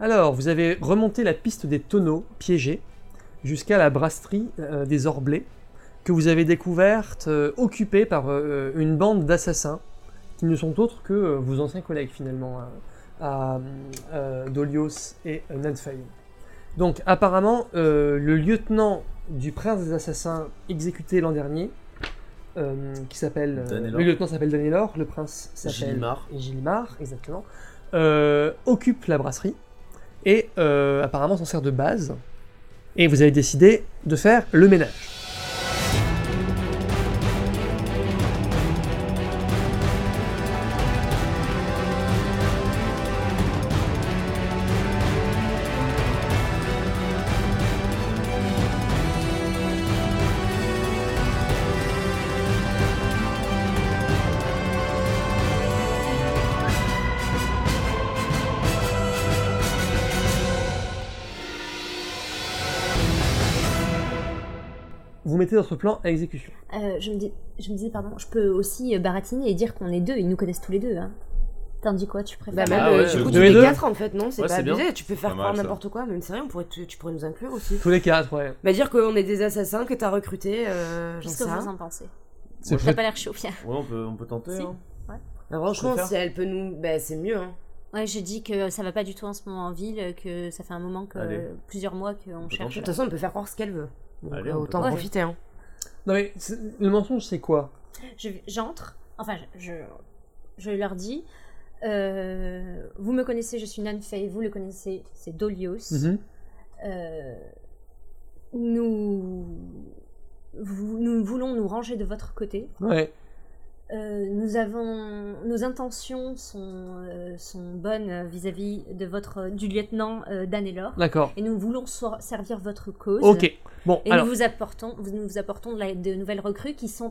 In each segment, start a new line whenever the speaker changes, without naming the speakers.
Alors, vous avez remonté la piste des tonneaux piégés jusqu'à la brasserie euh, des Orblés, que vous avez découverte euh, occupée par euh, une bande d'assassins qui ne sont autres que euh, vos anciens collègues finalement, euh, à, à, euh, Dolios et euh, Nadfei. Donc apparemment, euh, le lieutenant du prince des assassins exécuté l'an dernier, euh, qui s'appelle... euh,
Danelor.
le lieutenant s'appelle Danelor, le prince s'appelle
Gilimar.
et Gilimar, exactement, euh, occupe la brasserie et euh, apparemment s'en sert de base. Et vous avez décidé de faire le ménage. Vous mettez votre plan à exécution.
Euh, je, me dis, je me disais, pardon, je peux aussi euh, baratiner et dire qu'on est deux, ils nous connaissent tous les deux. Hein. T'en dis quoi, tu préfères
Bah même,
Ah ouais,
euh,
c'est
du coup,
cool.
tu
Tous les
fais
deux
4 en fait, non C'est
Ouais,
pas
c'est bien.
abusé, tu peux faire
Pas
croire
mal, ça.
n'importe quoi, même c'est rien, on pourrait te- tu pourrais nous inclure aussi.
Tous les quatre, ouais.
Bah dire qu'on est des assassins que t'as recrutés, euh, j'en
Qu'est-ce que
sais
vous
rien.
en pensez
C'est
T'as pas l'air chaud, fier.
Ouais, on peut, on peut tenter.
Si.
hein.
Bah, franchement,
Je préfère.
si elle peut nous... Bah c'est mieux, hein.
Ouais, je dis que ça va pas du tout en ce moment en ville, que ça fait un moment que
Allez.
plusieurs mois qu'on
peut
cherche.
De toute façon, elle peut faire croire ce qu'elle veut. Donc,
Allez,
euh,
on peut
autant en
pas.
profiter, hein.
Non mais c'est- le mensonge c'est quoi
Je- J'entre, enfin, je, je, je leur dis euh, Vous me connaissez, je suis Nanfei, vous le connaissez, c'est Dolios.
Mhm.
Euh, nous, vous- nous voulons nous ranger de votre côté.
Ouais.
Euh, nous avons, nos intentions sont, euh, sont bonnes euh, vis-à-vis de votre, du lieutenant euh, Danelor.
D'accord.
Et nous voulons so- servir votre cause.
Ok. Bon,
Et
alors,
nous vous apportons, vous- nous vous apportons de, la- de nouvelles recrues qui sont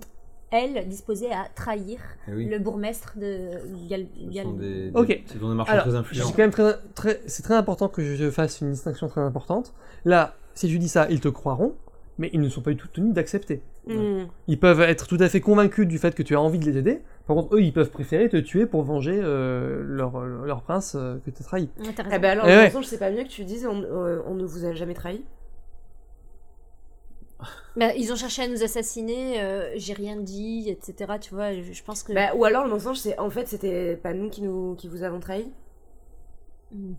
elles disposées à trahir
Eh oui.
le bourgmestre de Gal.
Ce
Gal-
sont des, des-
Ok.
Ce sont des marchands
Alors,
très
je suis
influents.
quand même très, très- c'est très important que je fasse une distinction très importante. Là, si je dis ça, ils te croiront, mais ils ne sont pas du tout tenus d'accepter.
Hmm.
Ils peuvent être tout à fait convaincus du fait que tu as envie de les aider. Par contre, eux, ils peuvent préférer te tuer pour venger euh, leur, leur prince euh, que tu as trahi.
Ouais, t'as raison.
Ah bah alors,
Eh
de
ouais.
toute façon, je sais pas mieux que tu dises, on, euh, on ne vous a jamais trahi.
Bah, ils ont cherché à nous assassiner, euh, j'ai rien dit, etc. Tu vois, je, je pense que.
Bah, ou alors, le mensonge, c'est en fait, c'était pas nous qui, nous qui vous avons trahi.
Hmm.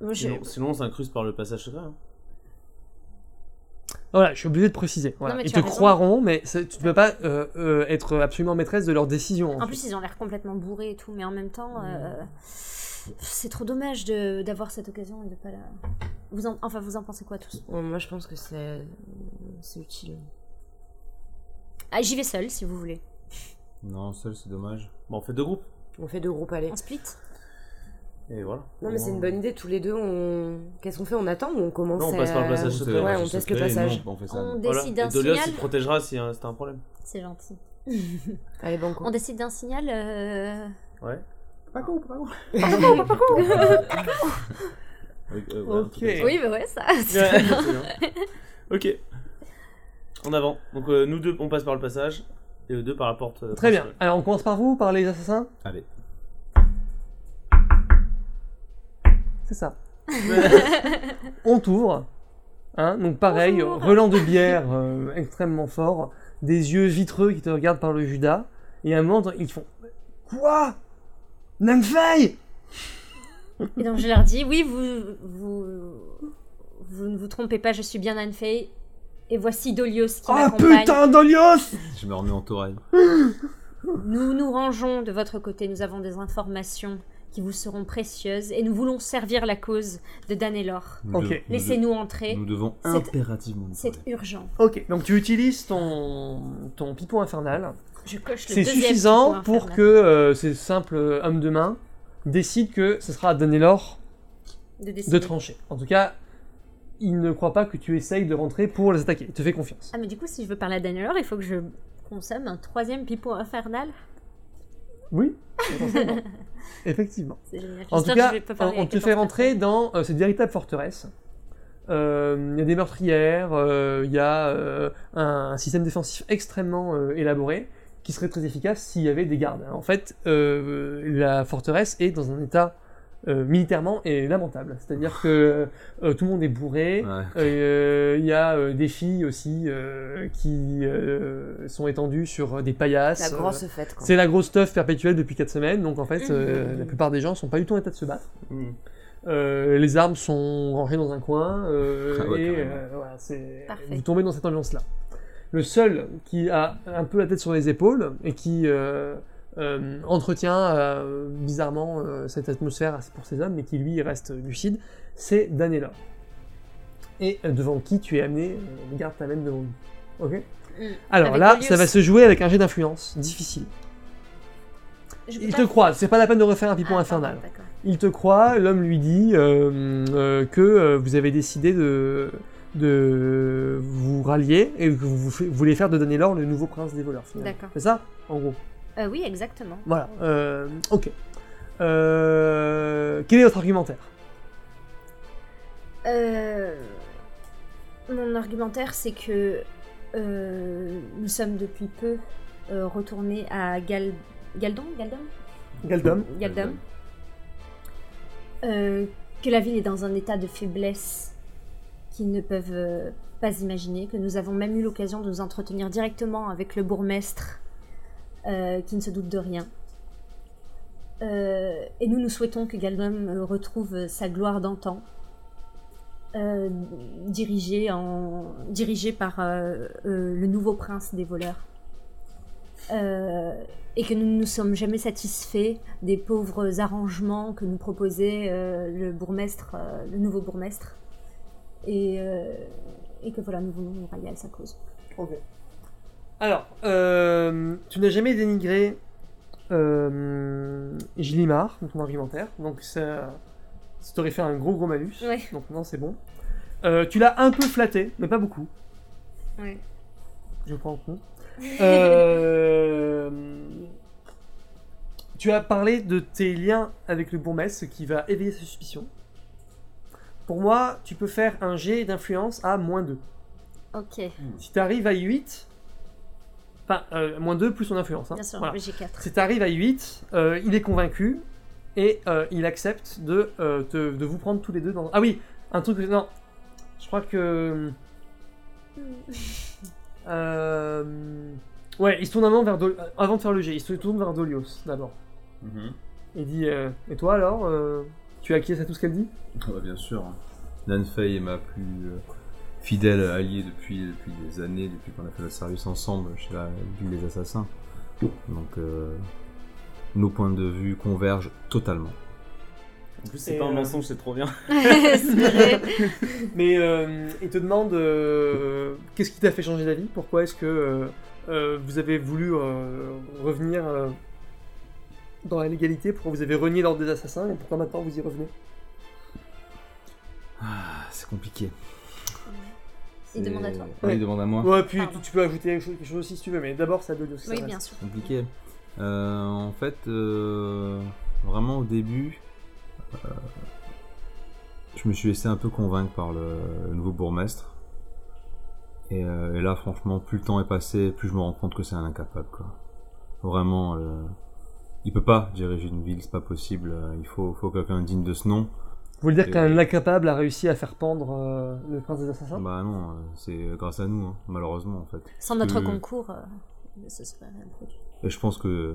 Moi, je-
Sinon, sinon, on s'incruste par le passage secret. hein.
Voilà, je suis obligé de préciser. Voilà.
Non, mais
ils
tu
te
as raison.
croiront, mais ça- tu ne peux pas euh, euh, être absolument maîtresse de leurs décisions.
En plus, ils ont l'air complètement bourrés et tout, mais en même
Mm.
temps, euh, c'est trop dommage de- d'avoir cette occasion et de pas la. Vous en- enfin, vous en pensez quoi tous
Ouais, moi, je pense que c'est c'est utile.
ah, J'y vais seule si vous voulez.
Non, seul, c'est dommage.
Bon, on fait deux groupes.
On fait deux groupes, allez.
On split
Et voilà.
Non, mais c'est une bonne idée, tous les deux, on... qu'est-ce qu'on fait On attend ou on commence
Non, on passe
à-
par le passage.
Vous,
secret.
c'est-
Ouais, on
c'est
teste le
secret, et nous,
passage.
on fait ça.
On
nous.
Voilà.
décide
Et
d'un
Dolios,
signal
il protégera si hein, c'était un problème.
C'est gentil.
Allez, banco.
On décide d'un signal euh,
Ouais.
Oui, euh, voilà,
Ok.
tout à fait.
Oui, bah ouais, ça.
Ouais, c'est bien. ok. En avant. Donc euh, nous deux, on passe par le passage et eux deux par la porte. euh,
Très bien.
principale.
Alors, on commence par vous, par les assassins
Allez.
C'est ça. on t'ouvre. Hein, donc pareil,
Bonjour.
relent de bière euh, extrêmement fort, des yeux vitreux qui te regardent par le Judas, et à un moment, ils font Quoi Nangfei
Et donc je leur dis, oui, vous, vous, vous ne vous trompez pas, je suis bien Anfei. Et voici Dolios qui
Ah
m'accompagne.
putain, Dolios
Je me remets en tourelle.
Nous nous rangeons de votre côté, nous avons des informations qui vous seront précieuses et nous voulons servir la cause de Danelor.
Nous
Ok.
devons- nous
Laissez-nous
devons-
entrer,
Nous devons
C'est-
impérativement nous
c'est
tourner.
urgent.
Ok, donc tu utilises ton, ton pipeau infernal.
Je coche le
C'est
deuxième
suffisant
petit point
pour que
infernal.
euh, ces simples hommes de main décident que ce sera à Danelor
De,
de
décider.
trancher. En tout cas, il ne croit pas que tu essayes de rentrer pour les attaquer. Il te fait confiance.
Ah mais du coup, si je veux parler à Danelor, il faut que je consomme un troisième pipeau infernal.
Oui, forcément. Effectivement.
C'est génial.
En tout
J'espère
cas,
que je vais pas
on,
parler à
on te
14
fait rentrer dans euh, cette véritable forteresse. Euh, Il y a des meurtrières, euh, il y a euh, un, un système défensif extrêmement euh, élaboré qui serait très efficace s'il y avait des gardes. En fait, euh, la forteresse est dans un état euh, militairement est lamentable. C'est-à-dire que euh, tout le monde est bourré.
Ouais.
Euh, Il y a euh, des filles aussi euh, qui euh, sont étendues sur des
La
paillasses.
grosse
Euh,
fête, quoi.
c'est la grosse teuf perpétuelle depuis 4 semaines, donc en fait, euh,
Mhm.
la plupart des gens sont pas du tout en état de se battre.
Hmm.
Euh, les armes sont rangées dans un coin, euh,
Ah ouais,
et
carrément.
euh, voilà, c'est-
Parfait.
vous tombez dans cette ambiance-là. Le seul qui a un peu la tête sur les épaules et qui euh, euh, entretient euh, bizarrement euh, cette atmosphère pour ces hommes, mais qui lui reste lucide, c'est Danella. Et euh, devant qui tu es amené, euh, garde ta même devant lui. Ok
Mm.
Alors
Avec
là,
Olius.
ça va se jouer avec un jet d'influence, difficile.
Je peux
Il
pas-
te croise, c'est pas la peine de refaire un
Ah,
pipon
pardon,
infernal.
d'accord.
Il te croit, l'homme lui dit euh, euh, que euh, vous avez décidé de, de vous rallier et que vous, f- voulez faire de Danelor le nouveau prince des voleurs. finalement.
D'accord.
C'est ça, en gros.
Euh, oui, exactement.
Voilà. euh, ok. Euh, quel est votre argumentaire
Euh, mon argumentaire, c'est que euh, nous sommes depuis peu euh, retournés à Gal... Galdon, Galdon
Galdom
Galdom. Euh, que la ville est dans un état de faiblesse qu'ils ne peuvent euh, pas imaginer, que nous avons même eu l'occasion de nous entretenir directement avec le bourgmestre euh, qui ne se doute de rien. Euh, et nous, nous souhaitons que Galdum euh, retrouve sa gloire d'antan, euh, dirigée, en, dirigée par euh, euh, le nouveau prince des voleurs. Euh, et que nous ne nous sommes jamais satisfaits des pauvres arrangements que nous proposait euh, le bourgmestre, euh, le nouveau bourgmestre. Et, euh, et que voilà, nous voulons nous rallier à sa cause.
Alors, euh, tu n'as jamais dénigré euh, Gilimard dans ton argumentaire, donc ça, ça t'aurait fait un gros gros malus.
Ouais.
Donc non, c'est bon. Euh, tu l'as un peu flatté, mais pas beaucoup.
Ouais.
Je prends en compte. Euh, tu as parlé de tes liens avec le bourgmestre, ce qui va éveiller ses suspicions. Pour moi, tu peux faire un jet d'influence à moins 2.
Ok,
Si tu arrives à 8, enfin, euh, moins 2 plus son influence. hein.
bien sûr,
Voilà.
j'ai 4.
Si tu arrives à 8, euh, il est convaincu et euh, il accepte de, euh, te- de vous prendre tous les deux dans. Ah oui, un truc. Non, je crois que. Euh, Ouais, il se tourne avant, vers Dol- euh, avant de faire le jet, il se tourne vers Dolios d'abord.
Mhm.
Il dit euh, Et toi alors euh, Tu acquiesces à tout ce qu'elle dit
Ah bah, bien sûr. Nan Fei est ma plus euh, fidèle alliée depuis, depuis des années, depuis qu'on a fait le service ensemble chez la Ligue des Assassins. Donc euh, nos points de vue convergent totalement.
En
Et,
plus, c'est pas
euh,
un mensonge, c'est trop bien.
Mais euh, il te demande euh, Qu'est-ce qui t'a fait changer d'avis Pourquoi est-ce que euh, euh, vous avez voulu euh, revenir euh, dans la légalité Pourquoi vous avez renié l'ordre des assassins Et pourquoi maintenant vous y revenez
Ah, c'est compliqué.
Il
C'est-
demande à toi.
Ouais,
Ouais.
Ah, il demande à moi.
Ouais, puis
Pardon.
tu, tu peux ajouter quelque chose, quelque chose aussi si tu veux, mais d'abord c'est à Dolios.
oui, bien sûr.
compliqué. Euh, en fait, euh, vraiment au début, euh, je me suis laissé un peu convaincre par le, le nouveau bourgmestre. Et, euh, et là, franchement, plus le temps est passé, plus je me rends compte que c'est un incapable. Quoi. Vraiment, euh, il peut pas diriger une ville, c'est pas possible. Euh, Il faut, faut quelqu'un digne de ce nom.
Vous voulez dire
Et-
qu'un incapable a réussi à faire pendre euh, le prince des assassins
Bah non, euh, c'est grâce à nous, hein, malheureusement en fait.
Sans notre
Euh,
concours, euh, ce serait rien produit.
Et je pense que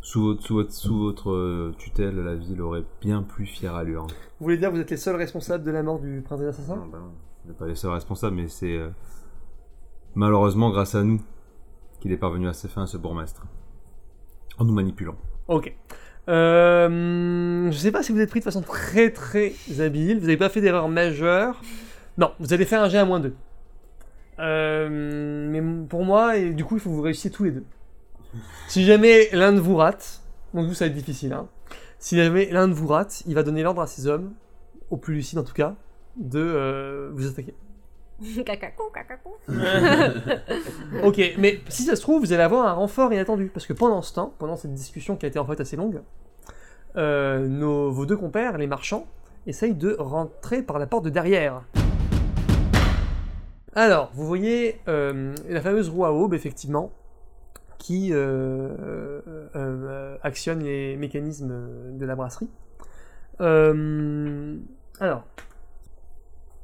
sous votre, sous votre, sous votre euh, tutelle, la ville aurait bien plus fière allure. hein.
Vous voulez dire que vous êtes les seuls responsables de la mort du prince des assassins
Non, bah non. On n'est pas les seuls responsables, mais c'est euh, malheureusement grâce à nous qu'il est parvenu à ses fins, ce bourgmestre. En nous manipulant.
Ok. Euh, je sais pas si vous êtes pris de façon très très habile, vous n'avez pas fait d'erreur majeure. Non, vous allez faire un jet à moins 2. mais pour moi, et du coup, il faut que vous réussissiez tous les deux. Si jamais l'un de vous rate, donc vous, ça va être difficile. Hein. Si jamais l'un de vous rate, il va donner l'ordre à ses hommes, au plus lucide en tout cas, de euh, vous attaquer.
Cacacou, cacacou.
Ok, mais si ça se trouve, vous allez avoir un renfort inattendu. Parce que pendant ce temps, pendant cette discussion qui a été en fait assez longue, euh, nos, vos deux compères, les marchands, essayent de rentrer par la porte de derrière. Alors, vous voyez euh, la fameuse roue à aube, effectivement, qui euh, euh, euh, actionne les mécanismes de la brasserie. Euh, alors,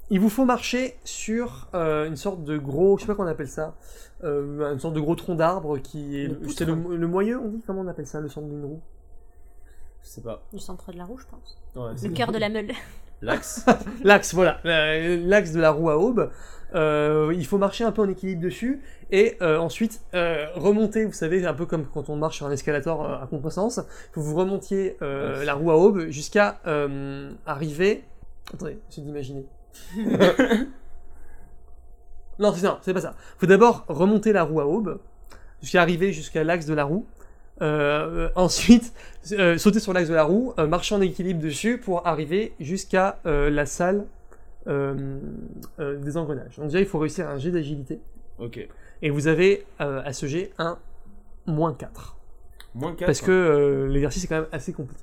il vous faut marcher sur euh, une sorte de gros, je sais pas qu'on appelle ça, euh, une sorte de gros tronc d'arbre qui est
Le
c'est le, le moyeu, on dit comment on appelle ça, le centre d'une roue.
Je sais pas.
Le centre de la roue, je pense.
Ouais,
Le
c'est-
cœur de la meule.
L'axe
L'axe, voilà, euh, l'axe de la roue à aube. Euh, il faut marcher un peu en équilibre dessus et euh, ensuite euh, remonter, vous savez, un peu comme quand on marche sur un escalator euh, à contresens. Faut que vous remontiez euh,
Ouais.
la roue à aube jusqu'à euh, arriver. Attendez, j'essaie d'imaginer. Euh, non, c'est non, c'est pas ça. Faut d'abord remonter la roue à aube jusqu'à arriver jusqu'à l'axe de la roue. Euh, euh, ensuite, euh, sauter sur l'axe de la roue, euh, marcher en équilibre dessus pour arriver jusqu'à euh, la salle euh, euh, des engrenages. Donc déjà, il faut réussir un jet d'agilité.
Ok.
Et vous avez euh, à ce jet un moins 4.
Moins 4.
Parce que euh, l'exercice est quand même assez compliqué.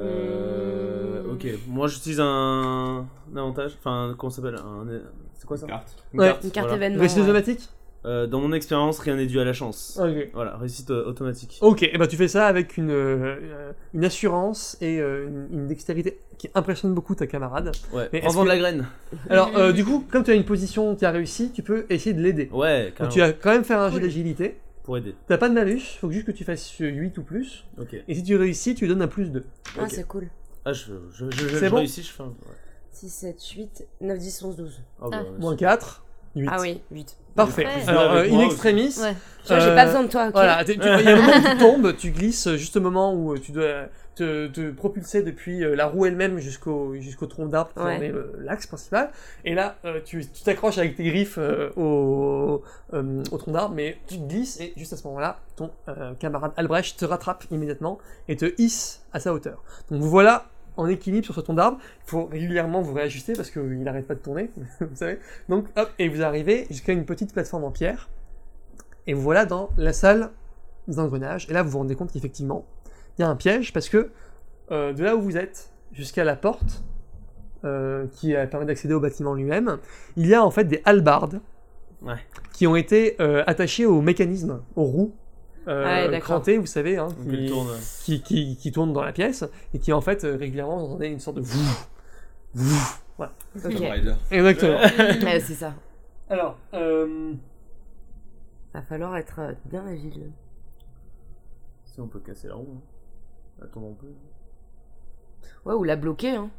Euh, ok, moi j'utilise un... un avantage. Enfin, comment ça s'appelle un... C'est quoi ça
Carte.
Ouais.
Une carte
voilà.
événement.
Réussite
ouais.
automatique
Euh, dans mon expérience, rien n'est dû à la chance.
Ok.
Voilà, réussite euh, automatique.
Ok, et ben tu fais ça avec une, euh, une assurance et euh, une, une dextérité qui impressionne beaucoup ta camarade.
Oh.
Ouais,
Mais
en
est-ce
vendant
que-
de la graine.
Alors, euh, du coup, comme tu as une position qui a réussi, tu peux essayer de l'aider.
Ouais,
Donc,
carrément.
tu vas quand même faire un jet
Cool.
d'agilité.
Pour aider.
T'as pas de malus, faut juste que tu fasses euh, 8 ou plus.
Ok.
Et si tu réussis, tu donnes un plus 2.
Ah,
Ok.
c'est cool.
Ah, je, je, je, je,
C'est
je
bon
réussis, je fais un. ouais.
6, 7, 8, 9, 10, 11, 12.
Ah, bah,
Ah.
ouais,
Moins 4, 8.
Ah oui, 8.
Parfait.
Parfait.
Alors, euh,
Avec
in
moi
extremis,
aussi. Ouais.
Tu vois, j'ai
Euh,
pas besoin de toi, ok
voilà, t'es- tu- il y a un moment où tu tombes, tu glisses euh, juste au moment où tu dois euh, te, te propulser depuis euh, la roue elle-même jusqu'au jusqu'au tronc d'arbre qui en
Ouais.
est euh, l'axe principal. Et là, euh, tu tu t'accroches avec tes griffes euh, au, euh, au tronc d'arbre, mais tu te glisses et juste à ce moment-là, ton euh, camarade Albrecht te rattrape immédiatement et te hisse à sa hauteur. Donc vous voilà en équilibre sur ce tronc d'arbre. Il faut régulièrement vous réajuster parce qu'il n'arrête pas de tourner, vous savez. Donc hop, et vous arrivez jusqu'à une petite plateforme en pierre. Et vous voilà dans la salle des engrenages. Et là, vous vous rendez compte qu'effectivement, il y a un piège parce que euh, de là où vous êtes jusqu'à la porte euh, qui euh, permet d'accéder au bâtiment lui-même, il y a en fait des halbardes
Ouais.
qui ont été euh, attachées au mécanisme, aux roues
Ah ouais,
euh,
d'accord.
crantées, vous savez, hein,
Donc, elle
qui,
tourne.
qui, qui, qui tourne dans la pièce et qui en fait euh, régulièrement vous entendez une sorte de vouf, vouf. Voilà.
Ok.
Ah,
Exactement.
Ouais, Eh, c'est ça.
Alors, euh,
Va falloir être euh, bien agile.
Si on peut casser la roue. hein. La tombe un peu.
Ouais, ou la bloquer, hein.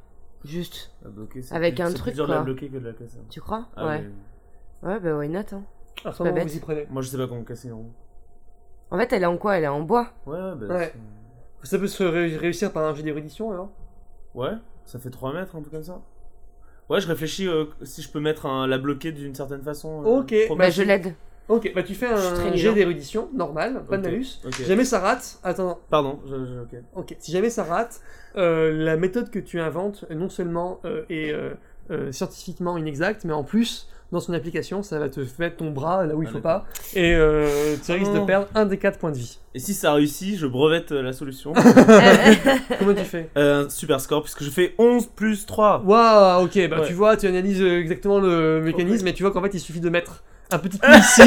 Juste.
La bloquer. c'est
Avec
plus-
un
c'est
truc,
plus dur de la
quoi.
bloquer que de la casser.
Tu crois
Ah,
Ouais.
mais
Ouais, bah why not, hein.
à ce moment,
bête.
vous y prenez.
Moi je sais pas comment casser une roue.
En fait, elle est en quoi Elle est en bois.
Ouais, ouais, bah.
Ouais.
c'est-
Ça peut se ré- réussir par un jet d'érudition alors
Ouais, ça fait 3 mètres, un truc comme ça. Ouais, je réfléchis euh, si je peux mettre un- la bloquer d'une certaine façon. euh,
Ok,
trop
Bah,
Bah,
mal.
je l'aide.
Ok, bah tu fais
Je suis très
un jet
nul.
d'érudition, normal, pas de
Ok,
malus.
ok.
Si jamais ça rate, attends,
Pardon, je, je- ok.
ok, si jamais ça rate, euh, la méthode que tu inventes, non seulement euh, est euh, euh, scientifiquement inexacte, mais en plus, dans son application, ça va te mettre ton bras là où il
Ah,
faut
d'accord.
pas, et euh, tu
Ah,
risques de
Oh.
non.
perdre un des quatre points de vie.
Et si ça réussit, je brevette euh, la solution.
Comment tu fais
Euh, un super score, puisque je fais 11 plus 3.
Waouh, ok, bah
Ouais.
tu vois, tu analyses euh, exactement le mécanisme, et tu vois qu'en fait, il suffit de mettre un petit coup ici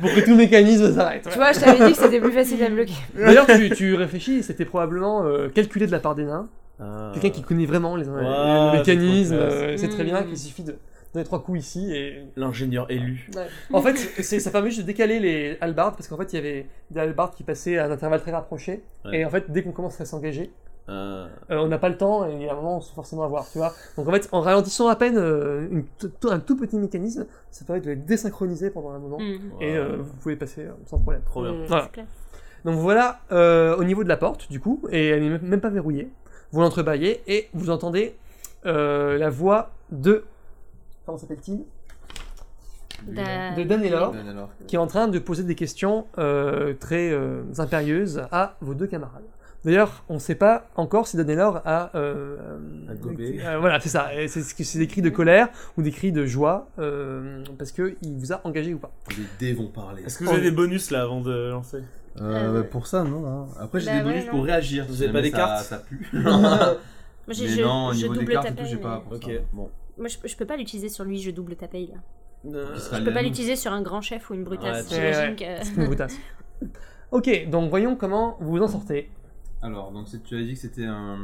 pour que tout le mécanisme s'arrête.
Tu vois, je t'avais dit que c'était plus facile à bloquer.
D'ailleurs, tu, tu réfléchis, c'était probablement euh, calculé de la part des nains.
Ah.
Quelqu'un qui connaît vraiment les,
Ouais,
les mécanismes,
c'est trop
euh, c'est très bien
Mm.
qu'il suffit de donner trois coups ici et...
L'ingénieur élu.
En fait, c'est- ça permet juste de décaler les halbardes parce qu'en fait, il y avait des halbardes qui passaient à un intervalle très rapproché
Ouais.
et en fait, dès qu'on commence à s'engager,
Euh,
euh, on n'a pas le temps et à un moment, on se fait forcément avoir, tu vois. Donc en fait, en ralentissant à peine euh, une t- t- un tout petit mécanisme, ça permet de les désynchroniser pendant un moment
Mm,
Mm.
et euh, vous pouvez passer euh, sans problème.
Trop bien.
Mm.
Voilà.
classe.
Donc voilà, euh, au niveau de la porte, du coup, et elle n'est même- même pas verrouillée. Vous l'entrebâillez et vous entendez euh, la voix de. Comment s'appelle-t-il
Da- Euh, Bah,
De Danelor,
alors.
qui est en train de poser des questions euh, très euh, impérieuses à vos deux camarades. D'ailleurs, on ne sait pas encore si Danelor a. euh,
A gobé.
euh, voilà, c'est ça. Et C'est ce que- c'est des cris de colère ou des cris de joie, euh, parce qu'il vous a engagé ou pas.
Les dés vont parler.
Est-ce que vous
oh.
avez des bonus là avant de lancer
Euh, pour ça, non. hein. Après, j'ai
Ah, Bah
des bonus
ouais, non.
pour réagir.
Vous
si
avez pas
jamais
des
ça-
cartes
Ça pue.
Moi, j'ai-
Mais
je,
non, au
je
niveau des
double
cartes
ta
et tout,
paye,
j'ai pas.
mais-
pour
Ok,
ça.
bon.
Moi, je, je peux pas l'utiliser sur lui, je double ta paye là.
Euh,
Ce sera
Je peux
le
pas
même.
l'utiliser sur un grand chef ou une brutasse,
Ouais,
ouais,
j'imagine que.
Une brutasse. ok, donc voyons comment vous vous en sortez.
Alors, donc c'est- tu as dit que c'était un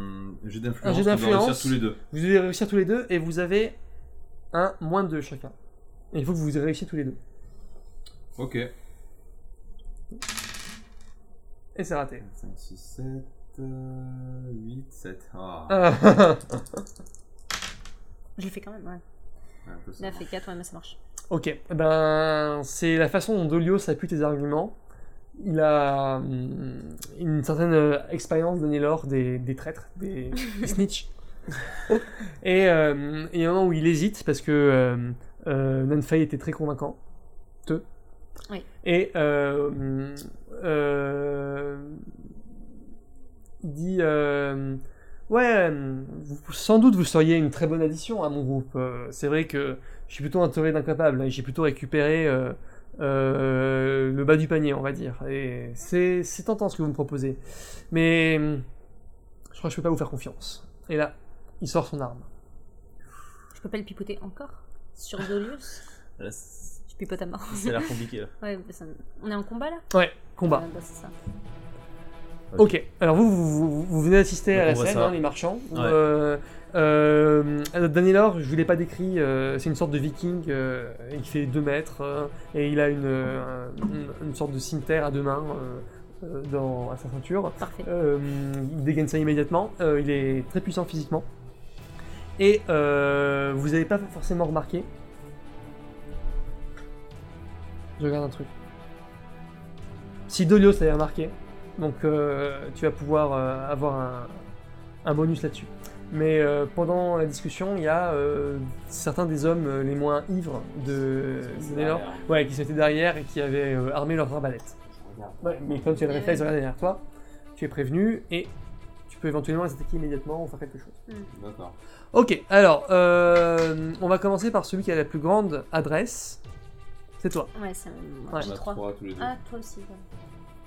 jeu
Un
d'influence.
jeu
qu'on doit réussir
d'influence.
tous les deux.
Vous devez réussir tous les deux et vous avez un moins deux chacun. Et il faut que vous réussissiez tous les deux.
Ok.
Et c'est raté.
5, 6, 7, 8, 7. euh, Ah,
Ah.
Je l'ai fait quand même, ouais.
un peu ça.
9 et 4, ouais, mais ça marche.
Ok, eh ben c'est la façon dont Dolio s'appuie tes arguments. Il a hum, une certaine euh, expérience d'Anelor des, des traîtres, des, des snitch. et euh, il y a un moment où il hésite parce que euh, euh, Nanfei était très convaincant. Te.
Oui.
Et euh, hum, euh, il dit euh, Ouais, hum, vous- sans doute vous seriez une très bonne addition à mon groupe. Euh, C'est vrai que je suis plutôt un torride incapable et j'ai plutôt récupéré euh, euh, le bas du panier, on va dire. Et c'est c'est tentant ce que vous me proposez. Mais hum, je crois que je peux pas vous faire confiance. Et là, il sort son arme.
Je peux pas le pipoter encore Sur Dolius
Là, c'est-
Je pipote à mort.
ça a l'air compliqué là.
Ouais, mais ça- on est en combat là
Ouais, combat.
Ouais, bah, c'est ça.
Ok, alors vous, vous, vous- vous venez assister
Donc
à la
on voit
scène,
ça.
hein, les marchands. où,
Ouais.
Euh, euh, Danilor, je vous l'ai pas décrit, euh, c'est une sorte de viking, euh, il fait 2 mètres, euh, et il a une, euh, une, une sorte de cimetière à deux mains euh, euh, dans, à sa ceinture.
Parfait.
Euh, il dégaine ça immédiatement, euh, il est très puissant physiquement. Et euh, vous n'avez pas forcément remarqué... Je regarde un truc. Si Dolios l'avait remarqué, donc euh, tu vas pouvoir euh, avoir un, un bonus là-dessus. Mais euh, pendant la discussion, il y a euh, certains des hommes euh, les moins ivres de, de Nénor- ouais, qui étaient derrière et qui avaient euh, armé leurs arbalètes. Ouais, mais comme tu as le
Ouais,
réflexe de
ouais.
regarder derrière toi, tu es prévenu et tu peux éventuellement les attaquer immédiatement ou faire quelque chose.
D'accord.
Ok, alors, euh, on va commencer par celui qui a la plus grande adresse. C'est toi.
Ouais, c'est moi,
Euh. Ouais.
On
j'ai
a
3.
trois tous les deux.
Ah, toi aussi. ouais.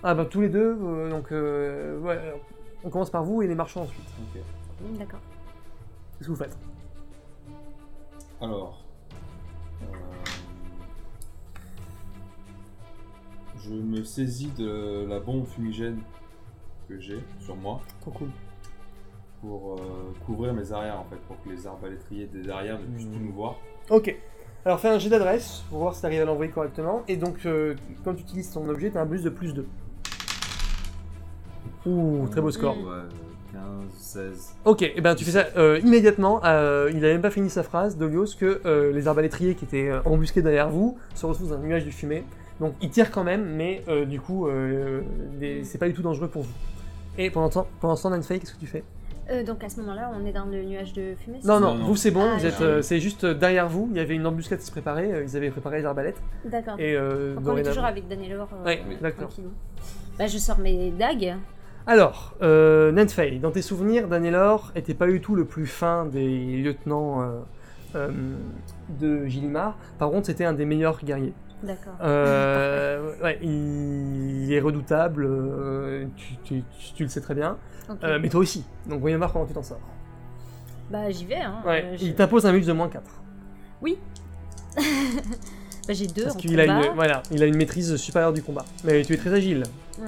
Ah bah tous les deux, euh, donc euh, ouais, alors, on commence par vous et les marchands ensuite.
Ok.
Mm, D'accord.
Qu'est-ce que vous faites
Alors. euh, Je me saisis de la bombe fumigène que j'ai sur moi
Trop cool.
pour euh, couvrir mes arrières en fait, pour que les arbalétriers des arrières ne puissent
Mhm.
plus nous voir.
Ok. Alors fais un jet d'adresse pour voir si t'arrives à l'envoyer correctement. Et donc, euh, quand tu utilises ton objet, t'as un bonus de plus 2. Ouh, très beau score.
Ouais, euh, 15, 16.
Ok, et ben tu fais ça euh, immédiatement. euh, il a même pas fini sa phrase, Dolios, que euh, les arbalétriers qui étaient euh, embusqués derrière vous se retrouvent dans un nuage de fumée. Donc ils tirent quand même, mais euh, du coup, euh, des- c'est pas du tout dangereux pour vous. Et pendant ce temps, pendant ce temps, Nanfei, qu'est-ce que tu fais
Euh, donc à ce moment-là, on est dans le nuage de fumée c'est
non,
Non,
non,
non.
vous c'est bon,
Ah,
vous êtes,
oui.
euh, c'est juste euh, derrière vous. Il y avait une embuscade qui se préparait, euh, ils avaient préparé les arbalètes.
ça D'accord.
Et euh,
Ah. Donc on est
dorénavant-
toujours avec Danelor. euh,
Ouais,
oui,
d'accord.
tranquillou. Bah, je sors mes dagues.
Alors, euh, Nanfei, dans tes souvenirs, Danelor était pas du tout le plus fin des lieutenants euh, euh, de Gilimar. Par contre, c'était un des meilleurs guerriers.
D'accord.
Euh, ouais, il, il est redoutable, euh, tu, tu- tu- tu le sais très bien.
Ok.
Euh, mais toi aussi, donc voyons voir comment tu t'en sors.
Bah, j'y vais. Hein.
Ouais,
euh, je-
Il t'impose un bonus de moins 4.
Bah, j'ai deux
Parce
en
qu'il a,
combat.
une- voilà, il a une maîtrise supérieure du combat. Mais tu es très agile.
Ouais.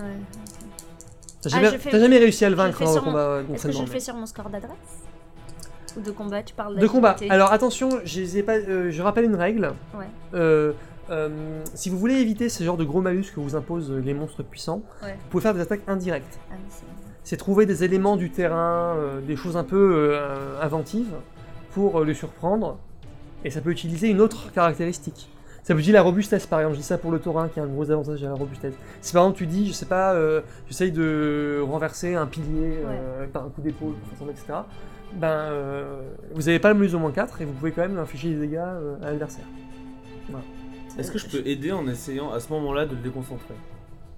T'as
Ah,
jamais,
je fais-
t'as jamais réussi à le
je le
vaincre
fais
dans le
sur mon-
combat euh,
Est-ce que je
entraînement,
le fais sur mon score d'adresse Ou de combat Tu parles
De combat.
d'agilité.
Alors attention, je, les ai pas- euh, je rappelle une règle.
Ouais.
Euh, euh, si vous voulez éviter ce genre de gros malus que vous imposent les monstres puissants,
Ouais.
vous pouvez faire des attaques indirectes.
Ah, oui, c'est-
C'est trouver des éléments du terrain, euh, des choses un peu euh, inventives pour euh, le surprendre. Et ça peut utiliser une autre caractéristique. Ça peut utiliser la robustesse, par exemple. Je dis ça pour le taurin qui a un gros avantage à la robustesse. Si par exemple tu dis, je sais pas, euh, j'essaye de renverser un pilier euh, par un coup d'épaule, de toute façon, etc. Ben, euh, vous n'avez pas le malus au moins 4 et vous pouvez quand même infliger des dégâts euh, à l'adversaire.
Est-ce que je peux aider en essayant à ce moment-là de le déconcentrer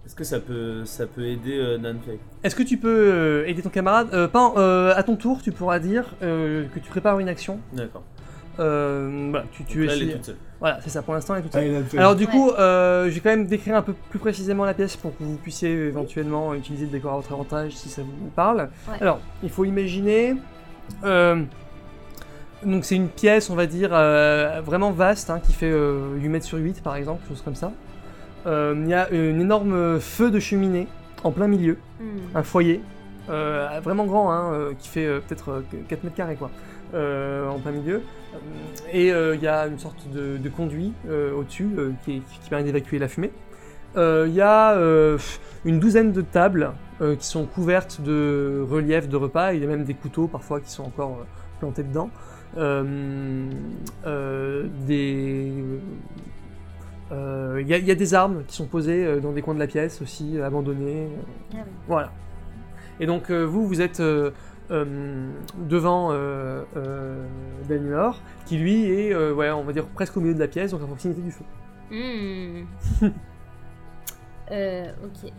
Est-ce que ça peut, ça peut aider euh, Nanfei
Est-ce que tu peux euh, aider ton camarade Euh, pas en- euh, À ton tour, tu pourras dire euh, que tu prépares une action.
D'accord.
Euh, voilà, tu, tu
Donc là, elle
essaies-
est toute seule.
Voilà, c'est ça pour l'instant, elle est toute seule. Alors du coup, euh, je vais quand même décrire un peu plus précisément la pièce pour que vous puissiez éventuellement utiliser le décor à votre avantage si ça vous parle.
Ouais.
Alors, il faut imaginer... euh, donc c'est une pièce, on va dire, euh, vraiment vaste, hein, qui fait euh, 8 mètres sur 8 par exemple, chose comme ça. Euh, Il y a une énorme feu de cheminée en plein milieu,
Hmm.
un foyer euh, vraiment grand, hein, euh, qui fait euh, peut-être euh, 4 mètres carrés, quoi, euh, en plein milieu. Et euh, il y a une sorte de, de conduit euh, au-dessus euh, qui, est- qui permet d'évacuer la fumée. Euh, Il y a euh, pff, une douzaine de tables euh, qui sont couvertes de reliefs de repas. Il y a même des couteaux parfois qui sont encore euh, plantés dedans. Euh, euh, des euh, Il y, a- il y a des armes qui sont posées euh, dans des coins de la pièce aussi, euh, abandonnées.
ah
Voilà. Et donc euh, vous, vous êtes euh, euh, devant euh, euh, Dalinor, qui lui est, euh, ouais, on va dire, presque au milieu de la pièce, donc à proximité du feu.
Hmm. Euh, ok.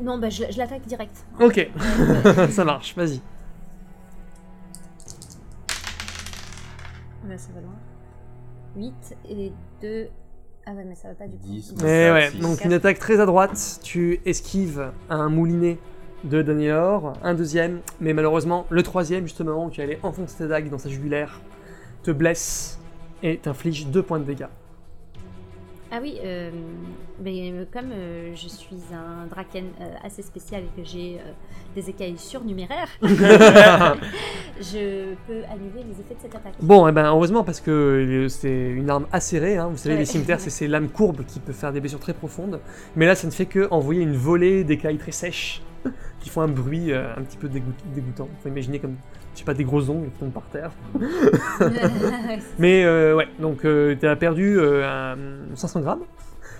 Non, bah, je, je l'attaque direct.
Ok,
Euh,
ça marche, vas-y.
ouais, ça va loin. 8 et 2. Ah ouais, mais ça va pas du coup.
10,
Et
Six, ouais.
ouais,
six.
donc une attaque très à droite, tu esquives un moulinet de Dalinor, un deuxième, mais malheureusement, le troisième, justement, où tu allais enfoncer ta dague dans sa jugulaire, te blesse et t'inflige deux points de dégâts.
Ah oui, euh, mais euh, comme euh, je suis un draken euh, assez spécial et que j'ai euh, des écailles surnuméraires, je peux annuler les effets de cette attaque.
Bon, eh ben, heureusement, parce que euh, c'est une arme acérée. Hein. Vous savez,
Ouais.
les cimetières, c'est ces lames courbes qui peuvent faire des blessures très profondes. Mais là, ça ne fait que envoyer une volée d'écailles très sèches qui font un bruit euh, un petit peu dégoût- dégoûtant. Faut imaginer comme, je sais pas, des gros ongles qui tombent par terre. Mais euh, ouais, donc euh, t'as perdu euh, un- 500 grammes,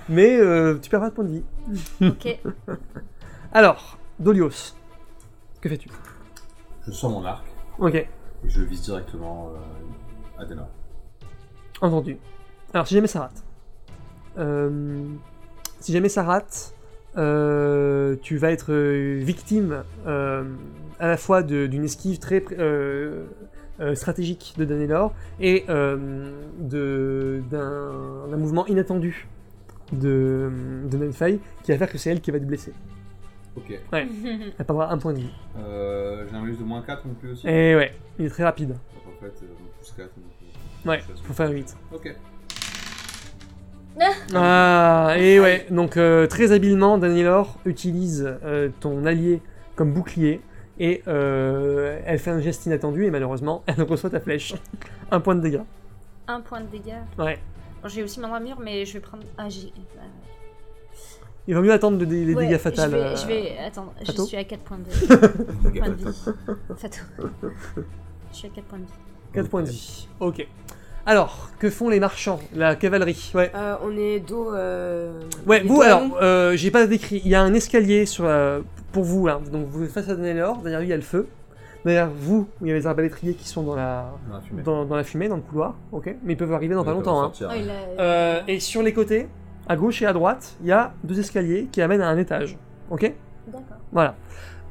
mais euh, tu perds pas de points de vie.
ok.
Alors, Dolios, que fais-tu
Je sors mon arc
Ok,
et je vise directement euh, Adena.
Entendu. Alors, si jamais ça rate, euh, si jamais ça rate, euh, tu vas être euh, victime euh, à la fois de- d'une esquive très pré- euh, euh, stratégique de Danelor et euh, de- d'un d'un mouvement inattendu de, de Nanfei qui va faire que c'est elle qui va te blesser.
Ok.
Elle perdra un point de vie.
Euh, J'ai un malus de moins 4 non plus aussi
Et ouais, il est très rapide.
Donc, En fait, euh, plus 4.
Ouais, faut faire vite.
Ok.
Ah, et ouais, donc euh, très habilement, Danilor utilise euh, ton allié comme bouclier et euh, elle fait un geste inattendu et malheureusement, elle reçoit ta flèche. un point de dégâts.
Un point de dégâts.
Ouais.
Bon, J'ai aussi mon armure, mais je vais prendre. Ah, j'ai. bah,
Il vaut mieux attendre de- des- les
ouais,
dégâts fatals.
Je vais, je
euh,
vais- Attends, je
Fato
suis à 4 points de, points de vie. Fato. Je suis à 4 points de vie.
4 points de vie. Ok. Alors, que font les marchands La cavalerie Ouais.
Euh, on est dos. euh,
Ouais,
les
vous,
dos à
alors,
nous.
euh, j'ai pas décrit. Il y a un escalier sur, euh, pour vous, là. Donc, vous êtes face à Danilor, derrière lui, il y a le feu. Derrière vous, il y a les arbalétriers qui sont dans la, dans, dans la fumée, dans le couloir, ok Mais ils peuvent arriver dans pas longtemps. Hein.
Oh, il a-
Euh, et sur les côtés, à gauche et à droite, il y a deux escaliers qui amènent à un étage, ok
D'accord.
Voilà.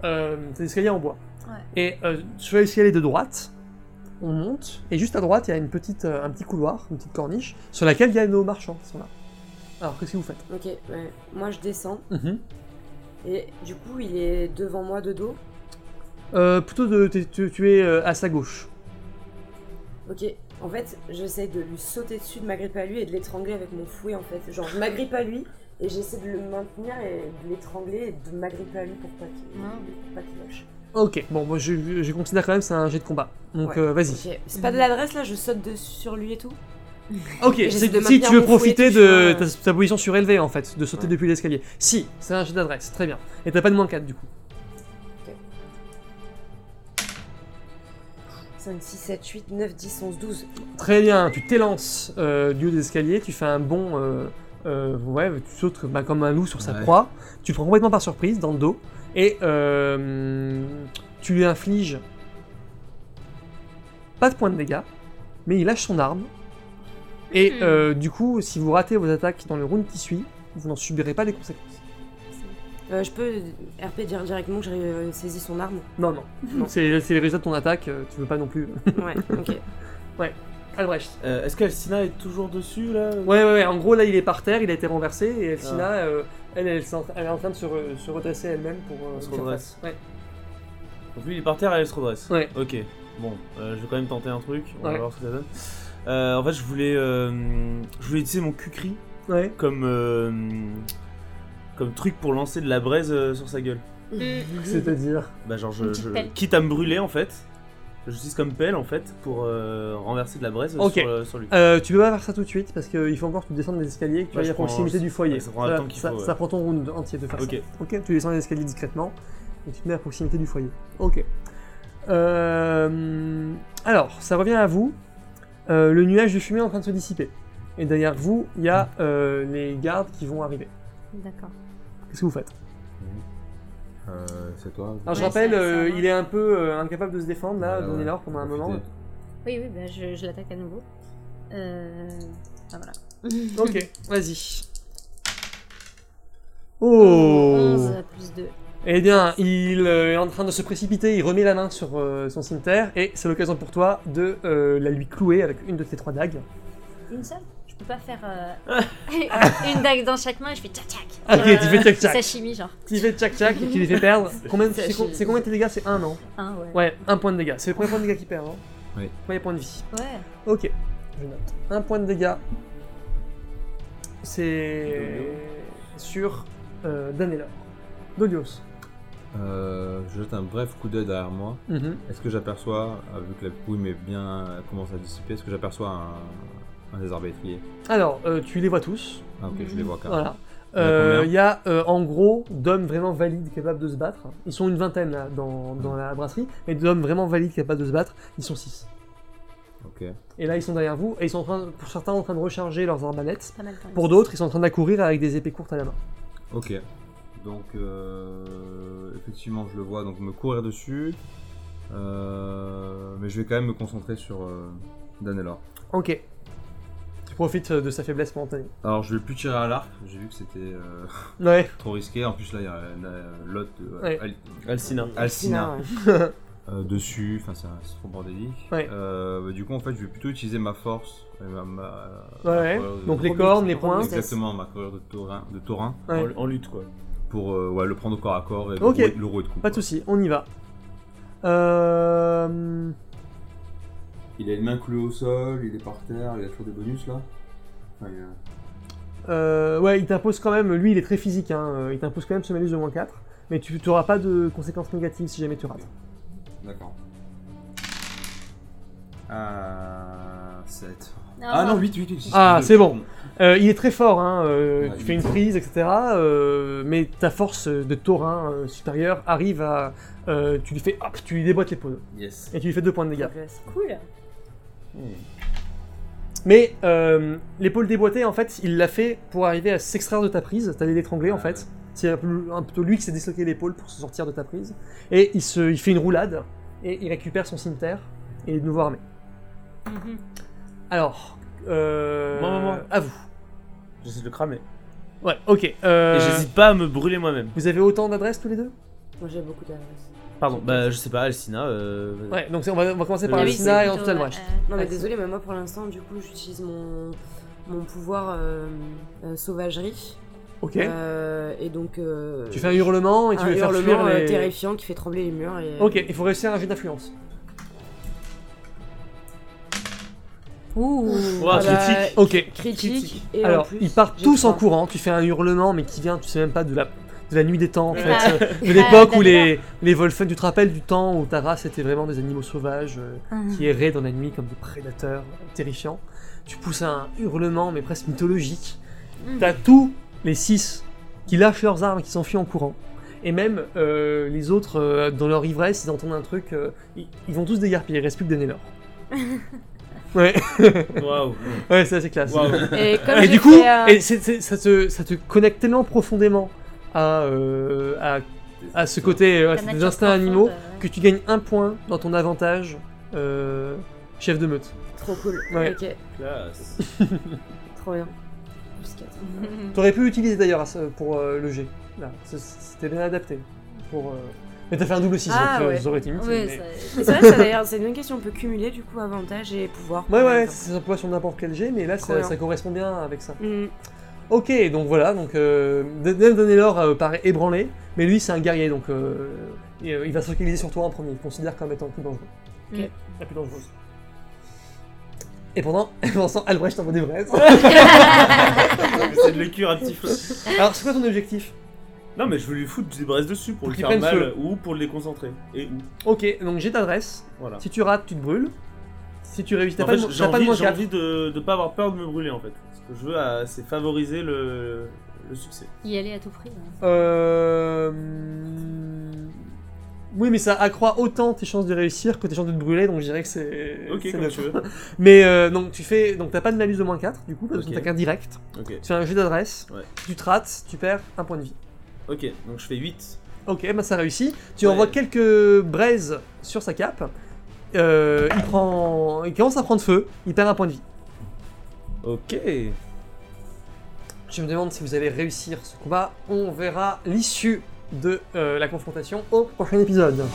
Euh, c'est des escaliers en bois.
Ouais.
Et euh, sur l'escalier de droite, on monte, et juste à droite, il y a une petite, euh, un petit couloir, une petite corniche, sur laquelle il y a nos marchands qui sont là. Alors, qu'est-ce que vous faites
Ok, ouais. moi je descends. Et du coup, il est devant moi de dos.
Euh, Plutôt, de, t'es- tu, tu es euh, à sa gauche.
Ok, en fait, j'essaie de lui sauter dessus, de m'agripper à lui et de l'étrangler avec mon fouet en fait. Genre, je m'agrippe à lui et j'essaie de le maintenir et de l'étrangler et de m'agripper à lui pour pas qu'il
Non.
pour pas qu'il lâche.
Ok, bon, moi, je, je considère quand même que c'est un jet de combat. Donc,
Ouais.
euh, vas-y.
Ok, c'est pas de l'adresse là, je saute dessus sur lui et tout.
Ok,
Et j'essaie
c'est-
de
si
maintenir
tu veux
mon fouet
profiter
toujours,
de
euh,
ta, ta position surélevée en fait, de sauter
Ouais.
depuis l'escalier. Si, c'est un jet d'adresse, très bien. Et t'as pas de moins 4 du coup.
5, 6, 7, 8, 9, 10, 11, 12.
Très bien, tu t'élances euh, du haut des escaliers, tu fais un bond, euh, euh, ouais, tu sautes bah, comme un loup sur sa
Ouais.
proie, tu le prends complètement par surprise dans le dos, et euh, tu lui infliges pas de points de dégâts, mais il lâche son arme, et
Hmm.
Mhm.
euh, du coup, si vous ratez vos attaques dans le round qui suit, vous n'en subirez pas les conséquences.
Euh, je peux RP dire directement que j'ai euh, saisi son arme.
Non, non, c'est c'est les résultats de ton attaque, euh, tu veux pas non plus.
Ouais, ok.
Albrecht.
Euh, Est-ce qu'Alcina est toujours dessus là
Ouais, ouais, ouais. En gros, là, il est par terre, il a été renversé, et Elfina, euh, elle, elle, s'en- elle est en train de se, re- se redresser elle-même pour. euh,
Elle se
faire
redresse.
face. Ouais.
Donc lui il est par terre et elle se redresse.
Ouais.
Ok. Bon, euh, je vais quand même tenter un truc. On
Ouais.
va voir ce que ça donne. Euh, en fait, je voulais, euh, je voulais utiliser mon cri
Ouais.
comme, euh, comme truc pour lancer de la braise euh, sur sa gueule.
C'est-à-dire.
Bah genre je,
Une petite
je-
pelle.
quitte à me brûler en fait, je l'utilise comme pelle en fait pour euh, renverser de la braise
Ok.
sur, euh, sur lui.
Euh, tu peux pas faire ça tout de suite parce qu'il faut encore que tu descendes les escaliers, que tu
Ouais,
ailles
je
à proximité
prends-
du foyer.
ouais, ça prend le temps qu'il
ça-
faut, ouais.
ça prend ton round entier de faire
Ok.
Ah, ça. Ok, tu descends les escaliers discrètement et tu te mets à proximité du foyer. Ok. Euh, alors, ça revient à vous. Euh, le nuage de fumée est en train de se dissiper. Et derrière vous, il y a euh, les gardes qui vont arriver.
D'accord.
Qu'est-ce que vous faites
Euh, c'est toi
Alors je
Ouais,
rappelle,
ça- ça
euh,
va.
il est un peu euh, incapable de se défendre là,
Ouais,
Don
ouais.
Elor, pendant un
Profitez.
moment.
Oui, oui, bah, je, je l'attaque à nouveau. Euh... Ah, voilà.
Ok, vas-y. Oh
11 plus 2.
Eh bien, il euh, est en train de se précipiter, il remet la main sur euh, son cimetière, et c'est l'occasion pour toi de euh, la lui clouer avec une de tes trois dagues.
Une seule Je peux pas faire euh, une dague dans chaque main et je fais tchac tchac.
Ok, tu fais tchac-tchac.
Sashimi, genre.
Tu fais tchac-tchac et tu les fais perdre. Combien-
Ça,
C'est com-
je-
c'est combien tes dégâts C'est un, non
Hein, ouais.
Ouais, un point de dégâts. C'est le premier point de dégâts qu'il perd, non
Oui.
Premier point de vie.
Ouais.
Ok, je note. Un point de dégâts. C'est sur euh, Danelor. Dolios.
Euh, je jette un bref coup d'œil derrière moi. Est-ce que j'aperçois, euh, vu que la pluie m'est bien commence à dissiper, est-ce que j'aperçois un, un des arbitriers
Alors, euh, tu les vois tous.
Ah ok, je les vois quand même.
Voilà.
Il y en a
Euh,
combien
Il y a euh, en gros d'hommes vraiment valides capables de se battre. Ils sont une vingtaine là, dans, dans la brasserie, mais d'hommes vraiment valides capables de se battre, ils sont six.
Ok.
Et là, ils sont derrière vous, et ils sont en train, pour certains en train de recharger leurs arbalètes.
Pas mal quand même.
Pour d'autres, ils sont en train d'accourir avec des épées courtes à la main.
Ok. Donc euh, effectivement, je le vois donc me courir dessus, Euh, mais je vais quand même me concentrer sur euh, Danelor.
Ok. Tu profites euh, de sa faiblesse momentanée.
Alors je vais plus tirer à l'arc, j'ai vu que c'était euh,
Ouais.
trop risqué. En plus là, il y a la- l'autre euh,
Ouais.
Al-
Alcina.
Alcina.
Sinon,
euh, dessus, enfin c'est un- c'est trop bordélique.
Ouais.
Euh, bah, du coup en fait je vais plutôt utiliser ma force. et ma- ma-
Ouais.
ma couleur de-
Donc les cornes, les
Romain.
poings.
Exactement, ma couleur de taurin, de taurin
Ouais.
En, en lutte quoi.
pour euh, ouais, le prendre au corps à corps et le
Ok.
rouer- le rouer de coups.
Pas de soucis, on y va. Euh...
Il a une main clouée au sol, il est par terre, il a toujours des bonus là. Enfin, il a-
Euh, ouais, il t'impose quand même, lui il est très physique, hein, euh, il t'impose quand même ce malus de moins 4, mais tu n'auras pas de conséquences négatives si jamais tu rates.
D'accord. Ah, 7.
Ah,
Ah non, 8, 8, 8.
Ah, c'est bon. Euh, il est très fort, hein, euh,
Ouais,
tu
il
fais
est
une
fort.
prise, etc. euh, mais ta force de taurin euh, supérieure arrive à. euh, tu lui fais hop, tu lui déboîtes l'épaule
Yes.
et tu lui fais deux points de dégâts.
progresse.
Cool.
Mais euh, l'épaule déboîtée, en fait, il l'a fait pour arriver à s'extraire de ta prise. T'allais l'étrangler, en
Ah,
fait. C'est un peu- un- plutôt lui qui s'est disloqué l'épaule pour se sortir de ta prise. Et il, se, il fait une roulade et il récupère son cimetière et il est de nouveau armé.
Mhm.
Alors, euh,
Bon, bon, bon.
à vous.
J'essaie de le cramer.
Ouais, ok. euh,
Et j'hésite pas à me brûler moi-même.
vous avez autant d'adresses tous les deux
Moi j'ai beaucoup d'adresse.
Pardon. Bah je sais pas, Alcina. Euh...
Ouais, donc c'est- on va, on va commencer par
Euh,
Ah
le
oui,
Alcina
Sina
c'est
et
plutôt,
ensuite
euh,
Alwash.
euh,
Non mais
Alcina.
désolé, mais moi pour l'instant du coup j'utilise mon, mon pouvoir euh, euh, sauvagerie.
Ok.
Euh, et donc... euh,
tu fais un hurlement et tu
un
veux faire
hurlement
fuir
euh,
les...
terrifiant qui fait trembler les murs. Et, euh,
Ok, il faut réussir un jet d'influence.
Ouh.
Ouah,
Ah bah,
critique.
Ok,
Critique.
Oh, Critique.
Et en
Alors,
plus,
ils partent
j'ai
tous en
froid.
courant. Tu fais un hurlement, mais qui vient, tu sais même pas de la, de la nuit des temps, en
Ouais.
fait. euh, de
Ah,
l'époque où
d'accord.
les, les Wolfen, tu te rappelles du temps où ta race était vraiment des animaux sauvages euh, qui erraient dans la nuit comme des prédateurs euh, terrifiants. Tu pousses un hurlement, mais presque mythologique.
Mhm.
T'as tous les six qui lâchent leurs armes, et qui s'enfuient en courant. Et même euh, les autres, euh, dans leur ivresse, ils entendent un truc. euh, ils, ils vont tous dégarpiller, il reste plus que Denelor. ouais,
Waouh.
ouais c'est assez classe.
Waouh.
Et, comme
Et
j'ai
du coup,
fait, euh,
et c'est- c'est- ça, te, ça te connecte tellement profondément à, euh, à, à ce côté euh,
Ta
à tes
nature
instincts animaux
profonde, euh,
que tu gagnes un point dans ton avantage euh, chef de meute.
Trop cool.
Ouais.
Ok,
Classe.
trop bien. Plus quatre.
ouais.
T'aurais pu l'utiliser d'ailleurs à ce- pour euh, le G. Là, c- c'était bien adapté. Pour, euh, Mais t'as fait un double 6,
Ah,
donc euh,
ouais.
ça aurait été inutile.
Ouais,
mais-
Mais C'est vrai que ça, d'ailleurs, c'est une bonne question. On peut cumuler du coup avantage et pouvoir.
Ouais,
par
ouais,
exemple.
c'est un peu sur n'importe quel G, mais là,
Trop
ça,
bien.
ça correspond bien avec ça.
Mm.
Ok, donc voilà, donc euh, Dan- Danelor euh, paraît ébranlé, mais lui c'est un guerrier, donc euh, et, euh, il va se focaliser sur toi en premier, il te considère comme étant le plus dangereux.
Ok.
La plus dangereuse. Et pendant, pendant ce temps, Albrecht envoie des braises.
J'essaie de le cuire à petit feu.
Alors c'est quoi ton objectif
Non, mais je veux lui foutre des braises dessus pour
Pour
lui
qu'il
faire
prenne
mal ou pour le déconcentrer. Et où
Ok, donc j'ai t'adresse.
Voilà.
Si tu rates, tu te brûles. Si tu réussis, t'as
En
pas,
fait,
de mo-
j'ai
t'as pas de
envie,
moins
j'ai
4.
envie de ne pas avoir peur de me brûler en fait. Ce que je veux, euh, c'est favoriser le, le succès.
Y aller à tout prix. hein. ouais.
Euh... Oui, mais ça accroît autant tes chances de réussir que tes chances de te brûler, donc je dirais que c'est.
Ok,
c'est
comme
neuf.
tu veux.
Mais euh, donc tu fais. Donc t'as pas de malus de moins 4, du coup, parce que
Ok.
t'as qu'un direct.
Ok,
Tu fais un jeu d'adresse,
Ouais.
tu te rates, tu perds un point de vie.
ok, donc je fais 8.
Ok, bah ça réussit. Tu
Ouais.
envoies quelques braises sur sa cape. Euh, il prend. Il commence à prendre feu, il perd un point de vie.
Ok.
Je me demande si vous allez réussir ce combat. On verra l'issue de euh, la confrontation au prochain épisode.